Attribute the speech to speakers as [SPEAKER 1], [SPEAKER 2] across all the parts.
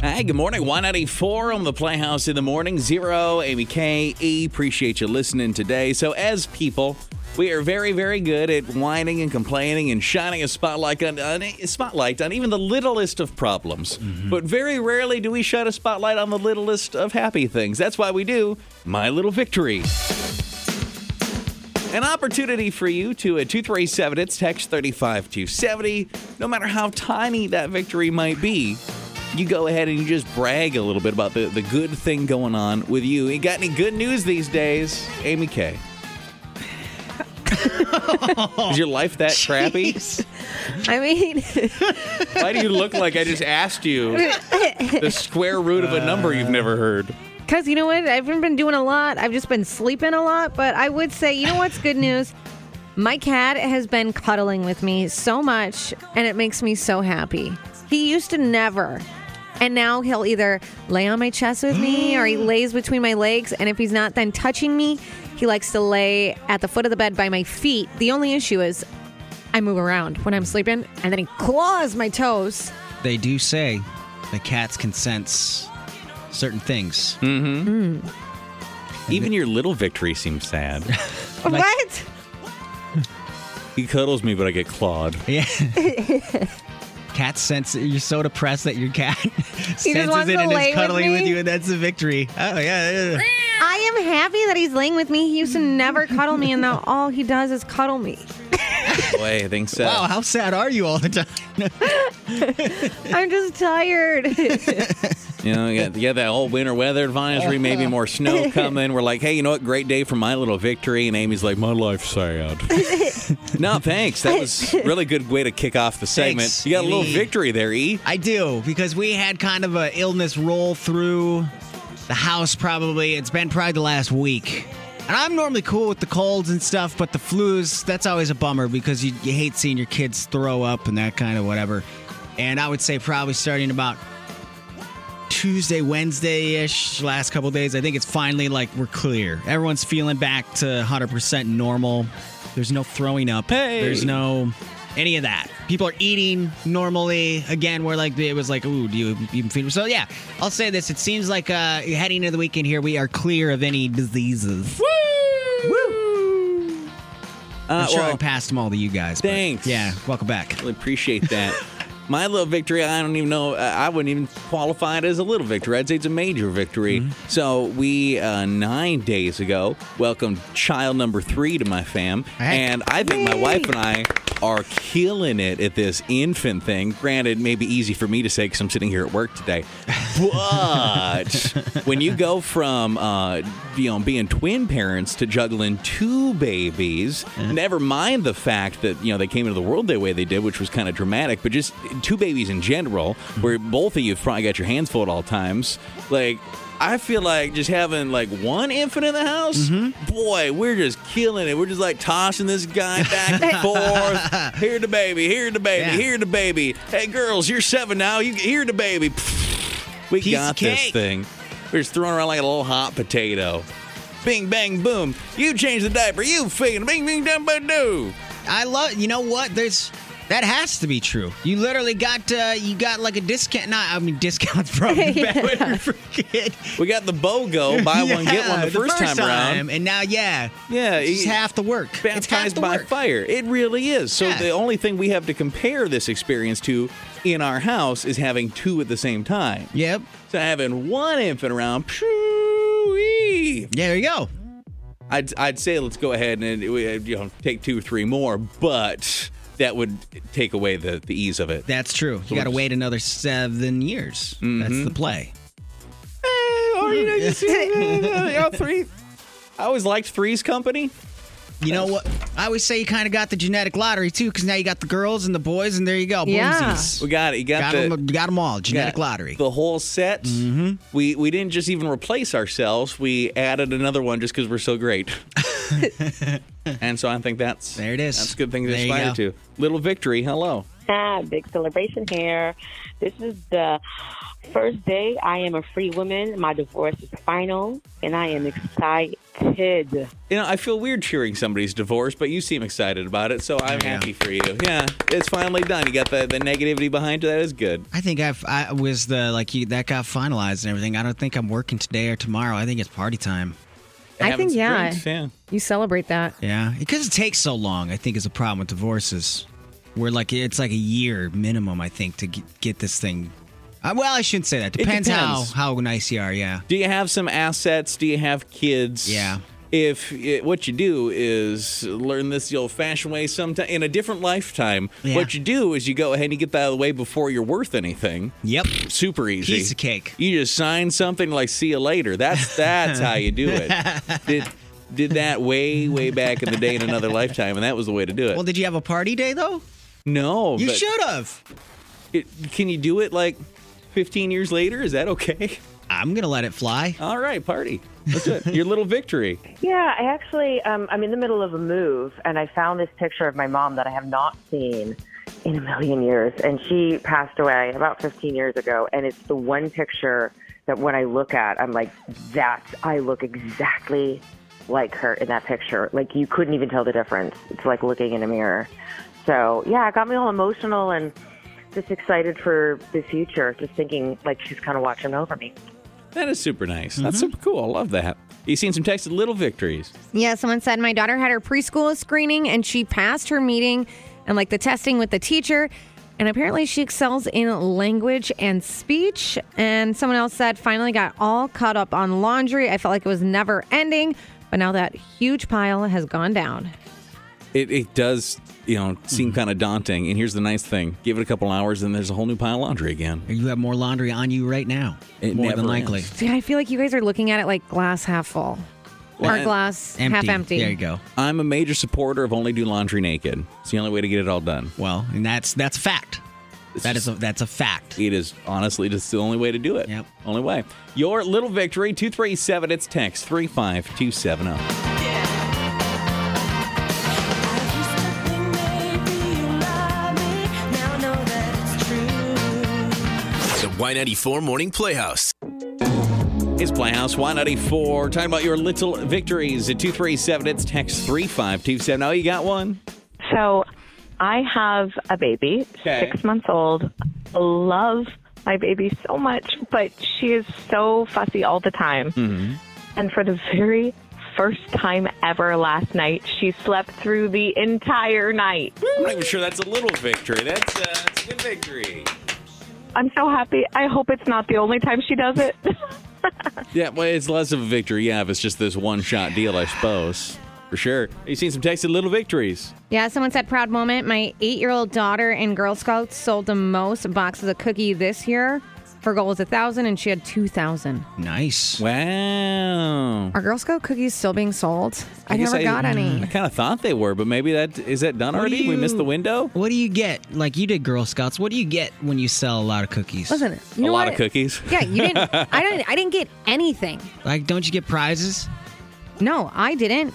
[SPEAKER 1] Hey, good morning. 194 on the Playhouse in the morning. Zero, Amy K. E. Appreciate you listening today. So, as people, we are very, very good at whining and complaining and shining a spotlight on, on a spotlight on even the littlest of problems. But very rarely do we shine a spotlight on the littlest of happy things. That's why we do My Little Victory. An opportunity for you to at 237 it's text 35270. No matter how tiny that victory might be, you go ahead and you just brag a little bit about the, the good thing going on with you. You got any good news these days, Amy Kay? Is your life that crappy?
[SPEAKER 2] I mean,
[SPEAKER 1] Why do you look like I just asked you the square root of a number you've never heard?
[SPEAKER 2] because you know what? I haven't been doing a lot. I've just been sleeping a lot. But I would say, you know what's good news? My cat has been cuddling with me so much, and it makes me so happy. He used to never. And now he'll either lay on my chest with me or he lays between my legs. And if he's not then touching me, he likes to lay at the foot of the bed by my feet. The only issue is I move around when I'm sleeping, and then he claws my toes.
[SPEAKER 3] They do say that cats can sense certain things.
[SPEAKER 2] Hmm.
[SPEAKER 1] Even your little victory seems sad.
[SPEAKER 3] Like-
[SPEAKER 2] What?
[SPEAKER 1] He cuddles me, but I get clawed.
[SPEAKER 3] Yeah. Cats sense you're so depressed that your cat senses
[SPEAKER 2] wants
[SPEAKER 3] it
[SPEAKER 2] to
[SPEAKER 3] and
[SPEAKER 2] lay
[SPEAKER 3] is
[SPEAKER 2] with
[SPEAKER 3] cuddling with,
[SPEAKER 2] me?
[SPEAKER 3] you, and that's a victory. Oh yeah, yeah.
[SPEAKER 2] I am happy that he's laying with me. He used to never cuddle me, and now all he does is cuddle me.
[SPEAKER 1] Boy, I think so.
[SPEAKER 3] Wow, how sad are you all the time?
[SPEAKER 2] I'm just tired.
[SPEAKER 1] You know, you got, you got that whole winter weather advisory, maybe more snow coming. We're like, hey, you know what? Great day for my little victory. And Amy's like, my life's sad. no, thanks. That was really good way to kick off the segment.
[SPEAKER 3] Thanks,
[SPEAKER 1] you got a little
[SPEAKER 3] Amy.
[SPEAKER 1] victory there, E.
[SPEAKER 3] I do because we had kind of a illness roll through the house. Probably it's been probably the last week, and I'm normally cool with the colds and stuff, but the flus that's always a bummer because you, you hate seeing your kids throw up and that kind of whatever. And I would say probably starting about Tuesday, Wednesday ish, last couple days, I think it's finally like we're clear. Everyone's feeling back to 100% normal. There's no throwing up.
[SPEAKER 1] Hey.
[SPEAKER 3] There's no any of that. People are eating normally. Again, we're like, it was like, ooh, do you even feel? So, yeah, I'll say this. It seems like uh, heading into the weekend here, we are clear of any diseases.
[SPEAKER 1] Uh,
[SPEAKER 3] I'm sure
[SPEAKER 1] well,
[SPEAKER 3] I passed them all to you guys. but
[SPEAKER 1] thanks.
[SPEAKER 3] Yeah, welcome back.
[SPEAKER 1] really appreciate that. My little victory, I don't even know, uh, I wouldn't even qualify it as a little victory. I'd say it's a major victory.
[SPEAKER 3] Mm-hmm.
[SPEAKER 1] So, we, uh, nine days ago, welcomed child number three to my fam.
[SPEAKER 3] Hey.
[SPEAKER 1] And I think my wife and I are killing it at this infant thing. Granted, maybe easy for me to say because I'm sitting here at work today. But when you go from uh, you know being twin parents to juggling two babies, never mind the fact that you know they came into the world the way they did, which was kind of dramatic, but just two babies in general, where both of you have probably got your hands full at all times, like. I feel like just having like one infant in the house,
[SPEAKER 3] Mm-hmm.
[SPEAKER 1] boy, we're just killing it. We're just like tossing this guy back and forth. Here the baby, here the baby,
[SPEAKER 3] Yeah.
[SPEAKER 1] here the baby. Hey girls, you're seven now. You here the baby. We
[SPEAKER 3] Piece of
[SPEAKER 1] got this
[SPEAKER 3] cake.
[SPEAKER 1] thing. We're just throwing around like a little hot potato. Bing, bang, boom. You change the diaper. You feed. Bing, bing, dum, ba, doo.
[SPEAKER 3] I love. You know what? There's that has to be true. You literally got uh, you got like a discount. Not I mean discounts from the back for kid.
[SPEAKER 1] We got the BOGO, buy one, get one
[SPEAKER 3] Yeah,
[SPEAKER 1] the first, time, around.
[SPEAKER 3] and now yeah,
[SPEAKER 1] Yeah,
[SPEAKER 3] it's just
[SPEAKER 1] it-
[SPEAKER 3] half the work. It's half
[SPEAKER 1] Baptized
[SPEAKER 3] the
[SPEAKER 1] by
[SPEAKER 3] work.
[SPEAKER 1] fire. It really is. So
[SPEAKER 3] Yeah.
[SPEAKER 1] the only thing we have to compare this experience to in our house is having two at the same time.
[SPEAKER 3] Yep.
[SPEAKER 1] So having one infant around, pshoo
[SPEAKER 3] Yeah, there you go.
[SPEAKER 1] I'd, I'd say let's go ahead and uh, you know take two or three more, but that would take away the, the ease of it.
[SPEAKER 3] That's true. You
[SPEAKER 1] we're
[SPEAKER 3] got to
[SPEAKER 1] just-
[SPEAKER 3] wait another seven years.
[SPEAKER 1] Mm-hmm.
[SPEAKER 3] That's the play.
[SPEAKER 1] or you know, you see, three. I always liked Three's Company.
[SPEAKER 3] You know what? I always say you kind of got the genetic lottery too, because now you got the girls and the boys, and there you go.
[SPEAKER 2] Yeah.
[SPEAKER 3] Boomsies.
[SPEAKER 1] We got it. You got,
[SPEAKER 3] Got,
[SPEAKER 1] the
[SPEAKER 3] them, got 'em all.
[SPEAKER 1] got
[SPEAKER 3] Genetic lottery.
[SPEAKER 1] The whole set. Mm-hmm. We we didn't just even replace ourselves. We added another one just because we're so great. and so I think that's
[SPEAKER 3] There it is.
[SPEAKER 1] That's a good thing to
[SPEAKER 3] There you
[SPEAKER 1] aspire
[SPEAKER 3] go.
[SPEAKER 1] to. Little victory. Hello.
[SPEAKER 4] Big celebration here. This is the first day I am a free woman. My divorce is final, and I am excited.
[SPEAKER 1] You know, I feel weird cheering somebody's divorce, but you seem excited about it, so I'm happy for you. Yeah, it's finally done. You got the, the negativity behind you. That is good.
[SPEAKER 3] I think I've, I was the like you, that got finalized and everything. I don't think I'm working today or tomorrow. I think it's party time.
[SPEAKER 2] I
[SPEAKER 1] Having
[SPEAKER 2] think,
[SPEAKER 1] some
[SPEAKER 2] yeah.
[SPEAKER 1] drinks, yeah.
[SPEAKER 2] You celebrate that.
[SPEAKER 3] Yeah, because it takes so long. I think is a problem with divorces. We're like it's like a year minimum. I think to g- get this thing. Uh, well, I shouldn't say that. Depends,
[SPEAKER 1] depends.
[SPEAKER 3] how how nice you are. Yeah.
[SPEAKER 1] Do you have some assets? Do you have kids?
[SPEAKER 3] Yeah.
[SPEAKER 1] If it, what you do is learn this the old-fashioned way, sometime in a different lifetime,
[SPEAKER 3] Yeah.
[SPEAKER 1] what you do is you go ahead and you get that out of the way before you're worth anything.
[SPEAKER 3] Yep.
[SPEAKER 1] Super easy.
[SPEAKER 3] Piece of cake.
[SPEAKER 1] You just sign something like "see you later." That's that's how you do it. Did did that way way back in the day in another lifetime, and that was the way to do it.
[SPEAKER 3] Well, did you have a party day though?
[SPEAKER 1] no,
[SPEAKER 3] You
[SPEAKER 1] but
[SPEAKER 3] should have.
[SPEAKER 1] it- can you do it like 15 years later? Is that okay?
[SPEAKER 3] I'm gonna let it fly.
[SPEAKER 1] All right, party. That's it. Your little victory.
[SPEAKER 4] Yeah, I actually, um, I'm in the middle of a move, and I found this picture of my mom that I have not seen in a million years. And she passed away about 15 years ago, and it's the one picture that when I look at, I'm like, that, I look exactly like her in that picture. Like, you couldn't even tell the difference. It's like looking in a mirror. So, yeah, it got me all emotional and just excited for the future, just thinking like she's kind of watching over me.
[SPEAKER 1] That is super nice. That's super cool. I love that. You seen some texted little victories.
[SPEAKER 2] Yeah, someone said my daughter had her preschool screening and she passed her meeting and like the testing with the teacher. And apparently she excels in language and speech. And someone else said finally got all caught up on laundry. I felt like it was never ending, but now that huge pile has gone down.
[SPEAKER 1] It, it does, you know, seem kind of daunting. And here's the nice thing: give it a couple hours, and there's a whole new pile of laundry again.
[SPEAKER 3] You have more laundry on you right now.
[SPEAKER 1] It
[SPEAKER 3] more
[SPEAKER 1] never
[SPEAKER 3] than likely.
[SPEAKER 1] ends.
[SPEAKER 2] See, I feel like you guys are looking at it like glass half full
[SPEAKER 1] Well,
[SPEAKER 2] or glass
[SPEAKER 3] Empty.
[SPEAKER 2] half empty.
[SPEAKER 3] There you go.
[SPEAKER 1] I'm a major supporter of only do laundry naked. It's the only way to get it all done.
[SPEAKER 3] Well, and that's that's a fact. That is a, that's a fact.
[SPEAKER 1] It is honestly just the only way to do it.
[SPEAKER 3] Yep.
[SPEAKER 1] Only way. Your little victory, 237. It's text 35270.
[SPEAKER 5] The Y94 Morning Playhouse.
[SPEAKER 1] It's Playhouse 194. Talking about your little victories at 237. It's text 35270. Oh, you got one?
[SPEAKER 6] So I have a baby,
[SPEAKER 1] Okay.
[SPEAKER 6] six months old. Love my baby so much, but she is so fussy all the time. And for the very first time ever last night, she slept through the entire night.
[SPEAKER 1] I'm not even sure that's a little victory. That's, uh, that's a good victory.
[SPEAKER 6] I'm so happy. I hope it's not the only time she does it.
[SPEAKER 1] Yeah, well, it's less of a victory, yeah, if it's just this one shot deal, I suppose. For sure. You've seen some texted little victories.
[SPEAKER 2] Yeah, someone said, proud moment. My eight year old daughter in Girl Scouts sold the most boxes of cookie this year. Her goal was a thousand, and she had two thousand.
[SPEAKER 3] Nice.
[SPEAKER 1] Wow.
[SPEAKER 2] Are Girl Scout cookies still being sold? I,
[SPEAKER 1] guess
[SPEAKER 2] never got
[SPEAKER 1] I
[SPEAKER 2] any.
[SPEAKER 1] kind of thought they were, but maybe that is that done
[SPEAKER 3] What do
[SPEAKER 1] already? We missed
[SPEAKER 3] you-
[SPEAKER 1] the window.
[SPEAKER 3] What do you get? Like you did Girl Scouts. What do you get when you sell a lot of cookies?
[SPEAKER 2] Listen, you
[SPEAKER 1] a
[SPEAKER 2] know
[SPEAKER 1] lot
[SPEAKER 2] what?
[SPEAKER 1] of cookies.
[SPEAKER 2] Yeah, you didn't. I didn't. I didn't get anything.
[SPEAKER 3] Like, don't you get prizes?
[SPEAKER 2] No, I didn't.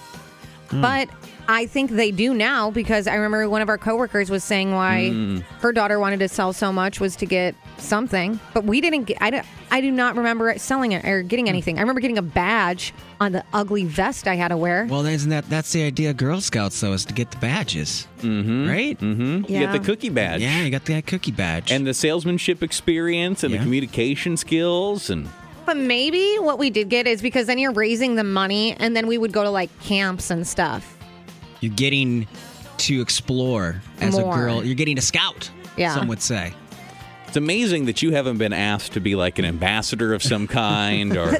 [SPEAKER 2] But I think they do now because I remember one of our coworkers was saying why her daughter wanted to sell so much was to get something, but we didn't get. I, don't- I do not remember it selling it or getting anything. I remember getting a badge on the ugly vest I had to wear.
[SPEAKER 3] Well, isn't that that's the idea of Girl Scouts though, is to get the badges, mm-hmm. right? Mm-hmm.
[SPEAKER 1] Hmm? You get the cookie badge.
[SPEAKER 3] Yeah, you got that cookie badge.
[SPEAKER 1] And the salesmanship experience and
[SPEAKER 3] Yeah.
[SPEAKER 1] the communication skills and
[SPEAKER 2] But maybe what we did get is because then you're raising the money, and then we would go to like camps and stuff.
[SPEAKER 3] you're getting to explore as
[SPEAKER 2] More.
[SPEAKER 3] a girl. You're getting to scout.
[SPEAKER 2] Yeah.
[SPEAKER 3] Some would say.
[SPEAKER 1] it's amazing that you haven't been asked to be like an ambassador of some kind or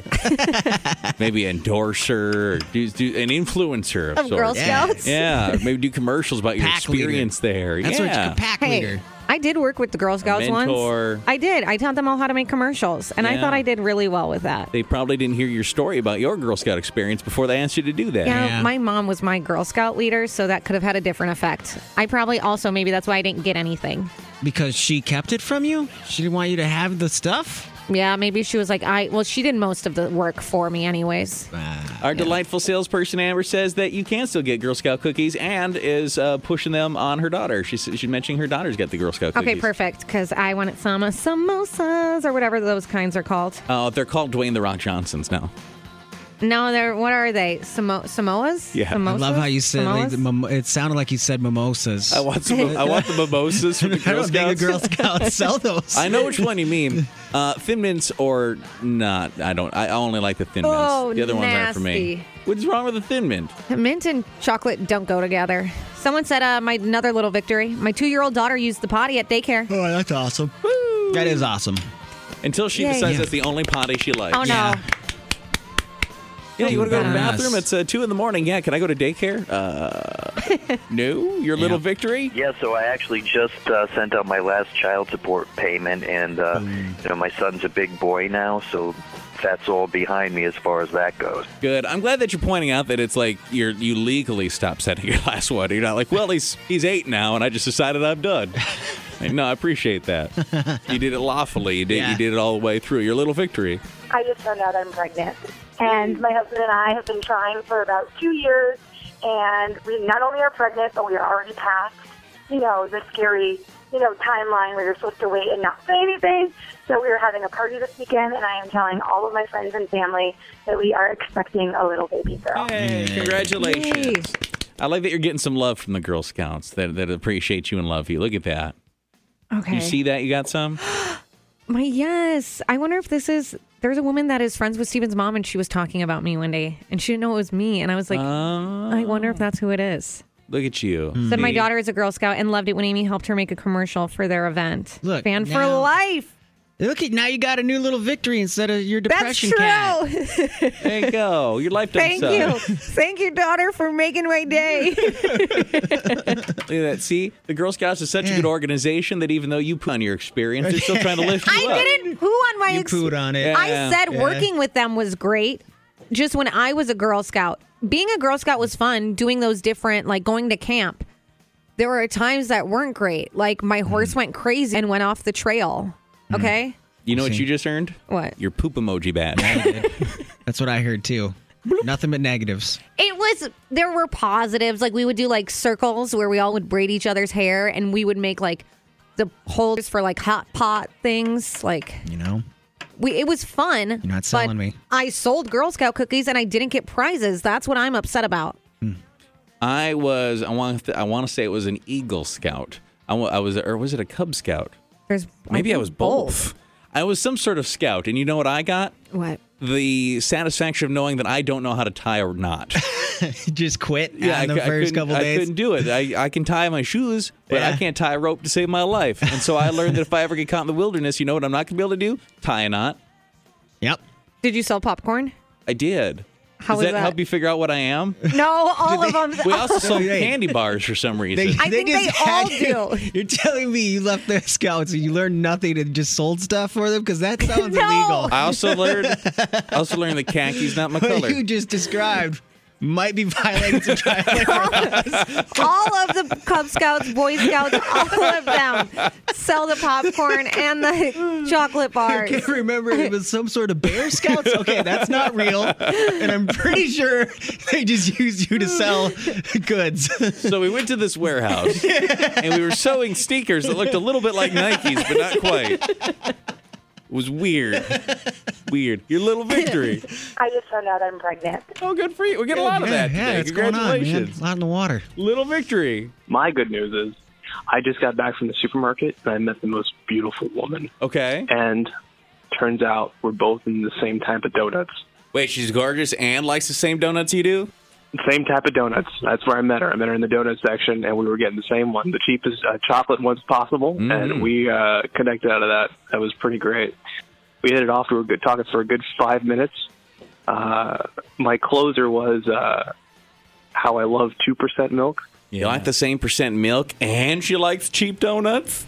[SPEAKER 1] maybe endorser or do, do, an influencer of,
[SPEAKER 2] Of
[SPEAKER 1] sorts.
[SPEAKER 2] Girl
[SPEAKER 3] Yeah.
[SPEAKER 2] Scouts.
[SPEAKER 1] Yeah, or maybe do commercials about your
[SPEAKER 3] Pack leader.
[SPEAKER 1] experience there.
[SPEAKER 3] That's what
[SPEAKER 1] yeah.
[SPEAKER 3] you pack
[SPEAKER 2] Hey,
[SPEAKER 3] leader.
[SPEAKER 2] I did work with the Girl Scouts
[SPEAKER 1] mentor.
[SPEAKER 2] once. I did. I taught them all how to make commercials, and I
[SPEAKER 1] Yeah.
[SPEAKER 2] thought I did really well with that.
[SPEAKER 1] they probably didn't hear your story about your Girl Scout experience before they asked you to do that.
[SPEAKER 2] Yeah,
[SPEAKER 3] Yeah.
[SPEAKER 2] my mom was my Girl Scout leader, so that could have had a different effect. I probably also, maybe that's why I didn't get anything.
[SPEAKER 3] Because she kept it from you. She didn't want you to have the stuff.
[SPEAKER 2] Yeah, maybe she was like, I, well, she did most of the work for me, anyways.
[SPEAKER 3] Ah.
[SPEAKER 1] Our delightful salesperson Amber says that you can still get Girl Scout cookies and is uh, pushing them on her daughter. She's she's mentioning her daughter's got the Girl Scout cookies.
[SPEAKER 2] Okay, perfect. Because I wanted some uh, samosas or whatever those kinds are called.
[SPEAKER 1] Uh, they're called Dwayne the Rock Johnsons now.
[SPEAKER 2] No, they're what are they? Samo- Samoas?
[SPEAKER 1] Yeah. I
[SPEAKER 2] Samosas?
[SPEAKER 3] I love how you said like, the
[SPEAKER 2] Samoas?
[SPEAKER 3] mimo- it sounded like you said mimosas.
[SPEAKER 1] I want some, I want the mimosas from the
[SPEAKER 3] I
[SPEAKER 1] Girl
[SPEAKER 3] don't think
[SPEAKER 1] Scouts.
[SPEAKER 3] the Girl Scouts sell those.
[SPEAKER 1] I know which one you mean. Uh, thin mints or not? I don't. I only like the thin mints.
[SPEAKER 2] Oh,
[SPEAKER 1] the other ones aren't for me.
[SPEAKER 2] nasty.
[SPEAKER 1] What's wrong with a thin mint?
[SPEAKER 2] Mint and chocolate don't go together. Someone said uh, my another little victory. My two-year-old daughter used the potty at daycare.
[SPEAKER 3] Oh, that's awesome. That is awesome.
[SPEAKER 1] Until she
[SPEAKER 2] Yay.
[SPEAKER 1] decides
[SPEAKER 2] Yeah.
[SPEAKER 1] that's the only potty she likes.
[SPEAKER 2] Oh no!
[SPEAKER 3] Yeah.
[SPEAKER 1] Yeah, you want to go to the
[SPEAKER 3] Yes.
[SPEAKER 1] bathroom? It's uh, two in the morning. Yeah, can I go to daycare? Uh, no, your little victory.
[SPEAKER 7] Yeah, so I actually just uh, sent out my last child support payment, and uh, you know my son's a big boy now, so that's all behind me as far as that goes.
[SPEAKER 1] Good. I'm glad that you're pointing out that it's like you're you legally stop setting your last one. You're not like, well, he's he's eight now, and I just decided I'm done. Like, no, I appreciate that. You did it lawfully. You did
[SPEAKER 3] Yeah.
[SPEAKER 1] you did it all the way through. Your little victory.
[SPEAKER 8] I just found out I'm pregnant. And my husband and I have been trying for about two years, and we not only are pregnant, but we are already past, you know, the scary, you know, timeline where you're supposed to wait and not say anything. So we are having a party this weekend, and I am telling all of my friends and family that we are expecting a little baby girl.
[SPEAKER 1] Hey, congratulations.
[SPEAKER 2] Yay.
[SPEAKER 1] I like that you're getting some love from the Girl Scouts that, that appreciate you and love you. Look at that.
[SPEAKER 2] Okay.
[SPEAKER 1] You see that? You got some?
[SPEAKER 2] My yes. I wonder if this is there's a woman that is friends with Steven's mom and she was talking about me one day and she didn't know it was me and I was like,
[SPEAKER 1] Uh,
[SPEAKER 2] I wonder
[SPEAKER 3] Oh.
[SPEAKER 2] if that's who it is.
[SPEAKER 1] look at you.
[SPEAKER 2] Said my
[SPEAKER 1] See?
[SPEAKER 2] daughter is a Girl Scout and loved it when Amy helped her make a commercial for their event.
[SPEAKER 3] Look,
[SPEAKER 2] fan for
[SPEAKER 3] now-
[SPEAKER 2] life.
[SPEAKER 3] Look at now you got a new little victory instead of your
[SPEAKER 2] That's
[SPEAKER 3] depression
[SPEAKER 2] true.
[SPEAKER 3] cat.
[SPEAKER 1] There you go. Your life doesn't
[SPEAKER 2] Thank you, thank you, daughter, for making my day.
[SPEAKER 1] Look at that. See, the Girl Scouts is such a good organization that even though you put on your experience, they're still trying to lift you
[SPEAKER 2] I
[SPEAKER 1] up.
[SPEAKER 2] didn't poo on my.
[SPEAKER 3] You
[SPEAKER 2] ex-
[SPEAKER 3] pooed on it.
[SPEAKER 1] Yeah.
[SPEAKER 2] I said
[SPEAKER 3] Yeah.
[SPEAKER 2] working with them was great. Just when I was a Girl Scout, being a Girl Scout was fun. Doing those different, like going to camp. There were times that weren't great. Like my horse went crazy and went off the trail.
[SPEAKER 3] Mm-hmm.
[SPEAKER 2] Okay,
[SPEAKER 1] You know what you just earned?
[SPEAKER 2] What?
[SPEAKER 1] Your poop emoji badge.
[SPEAKER 3] That's what I heard too. Nothing but negatives.
[SPEAKER 2] it was. There were positives. Like we would do like circles where we all would braid each other's hair, and we would make like the holders for like hot pot things. Like
[SPEAKER 3] You know.
[SPEAKER 2] we it was fun. You're
[SPEAKER 3] not selling me.
[SPEAKER 2] I sold Girl Scout cookies and I didn't get prizes. That's what I'm upset about.
[SPEAKER 1] I was. I want. To, I want to say it was an Eagle Scout. I wa- I was, or was it a Cub Scout?
[SPEAKER 2] There's
[SPEAKER 1] Maybe I
[SPEAKER 2] think
[SPEAKER 1] was both. I was some sort of scout, and you know what I got?
[SPEAKER 2] What?
[SPEAKER 1] The satisfaction of knowing that I don't know how to tie or not.
[SPEAKER 3] Just quit
[SPEAKER 1] I,
[SPEAKER 3] on the
[SPEAKER 1] cou- I couldn't-
[SPEAKER 3] first couple
[SPEAKER 1] I
[SPEAKER 3] days.
[SPEAKER 1] couldn't do it. I, I can tie my shoes, but I
[SPEAKER 3] Yeah.
[SPEAKER 1] can't tie a rope to save my life. And so I learned that if I ever get caught in the wilderness, you know what I'm not going to be able to do? Tie a knot.
[SPEAKER 3] Yep.
[SPEAKER 2] Did you sell popcorn?
[SPEAKER 1] I did.
[SPEAKER 2] How
[SPEAKER 1] Does
[SPEAKER 2] was
[SPEAKER 1] that,
[SPEAKER 2] that?
[SPEAKER 1] help you figure out what I am?
[SPEAKER 2] No, all of them.
[SPEAKER 1] We also sold
[SPEAKER 3] Hey.
[SPEAKER 1] candy bars for some reason.
[SPEAKER 2] I think
[SPEAKER 3] just
[SPEAKER 2] they
[SPEAKER 3] had
[SPEAKER 2] all do.
[SPEAKER 3] you- You're telling me you left the scouts and you learned nothing and just sold stuff for them because that sounds
[SPEAKER 2] No.
[SPEAKER 3] illegal.
[SPEAKER 1] I also learned I also learned that khaki's not my color.
[SPEAKER 3] What you just described might be violating some child labor.
[SPEAKER 2] all of the Cub Scouts, Boy Scouts, all of them sell the popcorn and the chocolate
[SPEAKER 3] I
[SPEAKER 2] bars.
[SPEAKER 3] can't remember if it was some sort of Bear Scouts. Okay, that's not real, and I'm pretty sure they just used you to sell goods.
[SPEAKER 1] So we went to this warehouse and we were sewing sneakers that looked a little bit like Nikes, but not quite. It was weird. Weird. Your little victory.
[SPEAKER 8] I just found out I'm pregnant.
[SPEAKER 1] Oh, good for you. We get a lot of that
[SPEAKER 3] Yeah,
[SPEAKER 1] today.
[SPEAKER 3] it's going on, man.
[SPEAKER 1] Congratulations.
[SPEAKER 3] A lot in the water.
[SPEAKER 1] Little victory.
[SPEAKER 9] My good news is I just got back from the supermarket and I met the most beautiful woman.
[SPEAKER 1] Okay.
[SPEAKER 9] And turns out we're both in the same type of donuts.
[SPEAKER 1] Wait, she's gorgeous and likes the same donuts you do?
[SPEAKER 9] Same type of donuts. That's where I met her. I met her in the donut section and we were getting the same one, the cheapest uh, chocolate ones possible. And we uh, connected out of that. That was pretty great. We hit it off. We were good, talking for a good five minutes. Uh, my closer was uh, how I love 2% milk.
[SPEAKER 1] You like the same percent milk and she likes cheap donuts?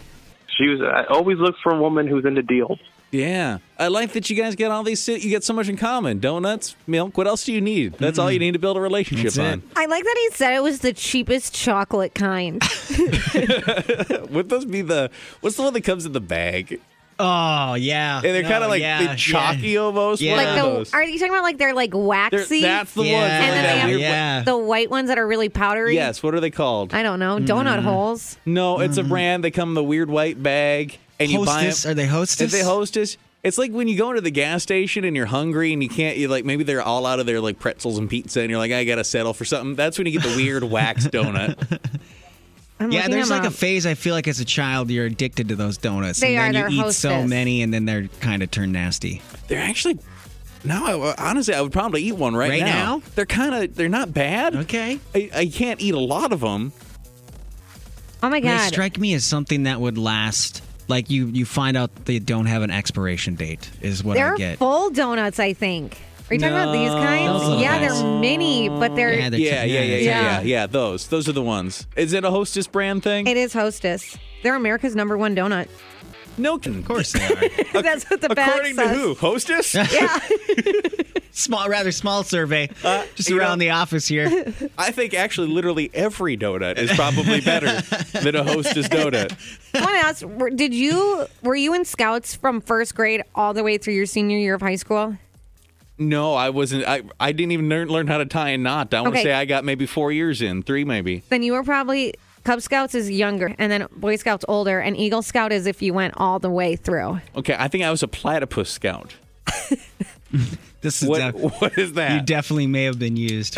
[SPEAKER 9] She was. I always look for a woman who's into deals.
[SPEAKER 1] Yeah. I like that you guys get all these, you get so much in common. Donuts, milk, what else do you need? That's all you need to build a relationship
[SPEAKER 3] Mm. That's it.
[SPEAKER 1] on.
[SPEAKER 2] I like that he said it was the cheapest chocolate kind.
[SPEAKER 1] Uh, Would those be the, what's the one that comes in the bag?
[SPEAKER 3] Oh yeah,
[SPEAKER 1] And they're
[SPEAKER 3] No,
[SPEAKER 1] kind of like
[SPEAKER 3] yeah,
[SPEAKER 1] they chalky almost.
[SPEAKER 3] Yeah.
[SPEAKER 1] One
[SPEAKER 2] Like
[SPEAKER 1] of
[SPEAKER 2] the
[SPEAKER 1] those.
[SPEAKER 2] are you talking about like they're like
[SPEAKER 1] They're-
[SPEAKER 2] waxy?
[SPEAKER 1] that's the
[SPEAKER 3] Yeah.
[SPEAKER 1] ones.
[SPEAKER 2] and
[SPEAKER 1] like
[SPEAKER 2] then
[SPEAKER 1] that
[SPEAKER 2] they have
[SPEAKER 1] weird-
[SPEAKER 3] Yeah.
[SPEAKER 2] the white ones that are really powdery.
[SPEAKER 1] Yes. What are they called?
[SPEAKER 2] I don't know. Donut holes.
[SPEAKER 1] No, it's a brand. They come in the weird white bag, and you buy
[SPEAKER 3] Mm-hmm. Hostess?
[SPEAKER 1] them.
[SPEAKER 3] Are they hostess?
[SPEAKER 1] If they hostess, it's like when you go into the gas station and you're hungry and you can't. You like maybe they're all out of their like pretzels and pizza, and you're like, I gotta settle for something. That's when you get the weird wax donut.
[SPEAKER 2] I'm
[SPEAKER 3] Yeah,
[SPEAKER 2] looking
[SPEAKER 3] there's
[SPEAKER 2] them
[SPEAKER 3] like a
[SPEAKER 2] up.
[SPEAKER 3] phase I feel like as a child you're addicted to those donuts.
[SPEAKER 2] They
[SPEAKER 3] and
[SPEAKER 2] are,
[SPEAKER 3] then
[SPEAKER 2] they're
[SPEAKER 3] you eat so
[SPEAKER 2] Hostess.
[SPEAKER 3] many and then they're kind of turn nasty.
[SPEAKER 1] They're actually. No, I, honestly, I would probably eat one right,
[SPEAKER 3] Right now?
[SPEAKER 1] They're kind of. They're not bad.
[SPEAKER 3] Okay.
[SPEAKER 1] I, I can't eat a lot of them.
[SPEAKER 2] oh my
[SPEAKER 3] They
[SPEAKER 2] god.
[SPEAKER 3] strike me as something that would last like you you find out they don't have an expiration date is what
[SPEAKER 2] They're
[SPEAKER 3] I get.
[SPEAKER 2] full donuts, I think. Are you talking about these
[SPEAKER 1] No.
[SPEAKER 3] Those
[SPEAKER 2] kinds?
[SPEAKER 3] little
[SPEAKER 2] Yeah,
[SPEAKER 3] guys.
[SPEAKER 2] they're mini, but they're,
[SPEAKER 3] Yeah, they're
[SPEAKER 1] Yeah,
[SPEAKER 3] turn-
[SPEAKER 1] yeah, yeah, yeah, yeah, yeah,
[SPEAKER 2] Yeah.
[SPEAKER 1] Those, those are the ones. Is it a Hostess brand thing?
[SPEAKER 2] it is Hostess. They're America's number one donut.
[SPEAKER 1] no, can,
[SPEAKER 3] Of course they are.
[SPEAKER 2] That's what the bag
[SPEAKER 1] According to
[SPEAKER 2] says.
[SPEAKER 1] who? Hostess?
[SPEAKER 3] small, rather small survey just
[SPEAKER 1] Uh, you
[SPEAKER 3] around
[SPEAKER 1] know-
[SPEAKER 3] the office here.
[SPEAKER 1] I think actually, literally every donut is probably better than a Hostess donut.
[SPEAKER 2] Someone asked, were- did you were you in Scouts from first grade all the way through your senior year of high school?
[SPEAKER 1] No, I wasn't. I, I didn't even learn, learn how to tie a knot. I want to
[SPEAKER 2] Okay.
[SPEAKER 1] say I got maybe four years in, three maybe.
[SPEAKER 2] Then you were probably Cub Scouts is younger, and then Boy Scouts older, and Eagle Scout is if you went all the way through.
[SPEAKER 1] Okay, I think I was a platypus scout.
[SPEAKER 3] This is
[SPEAKER 1] What,
[SPEAKER 3] def-
[SPEAKER 1] what is that?
[SPEAKER 3] you definitely may have been used.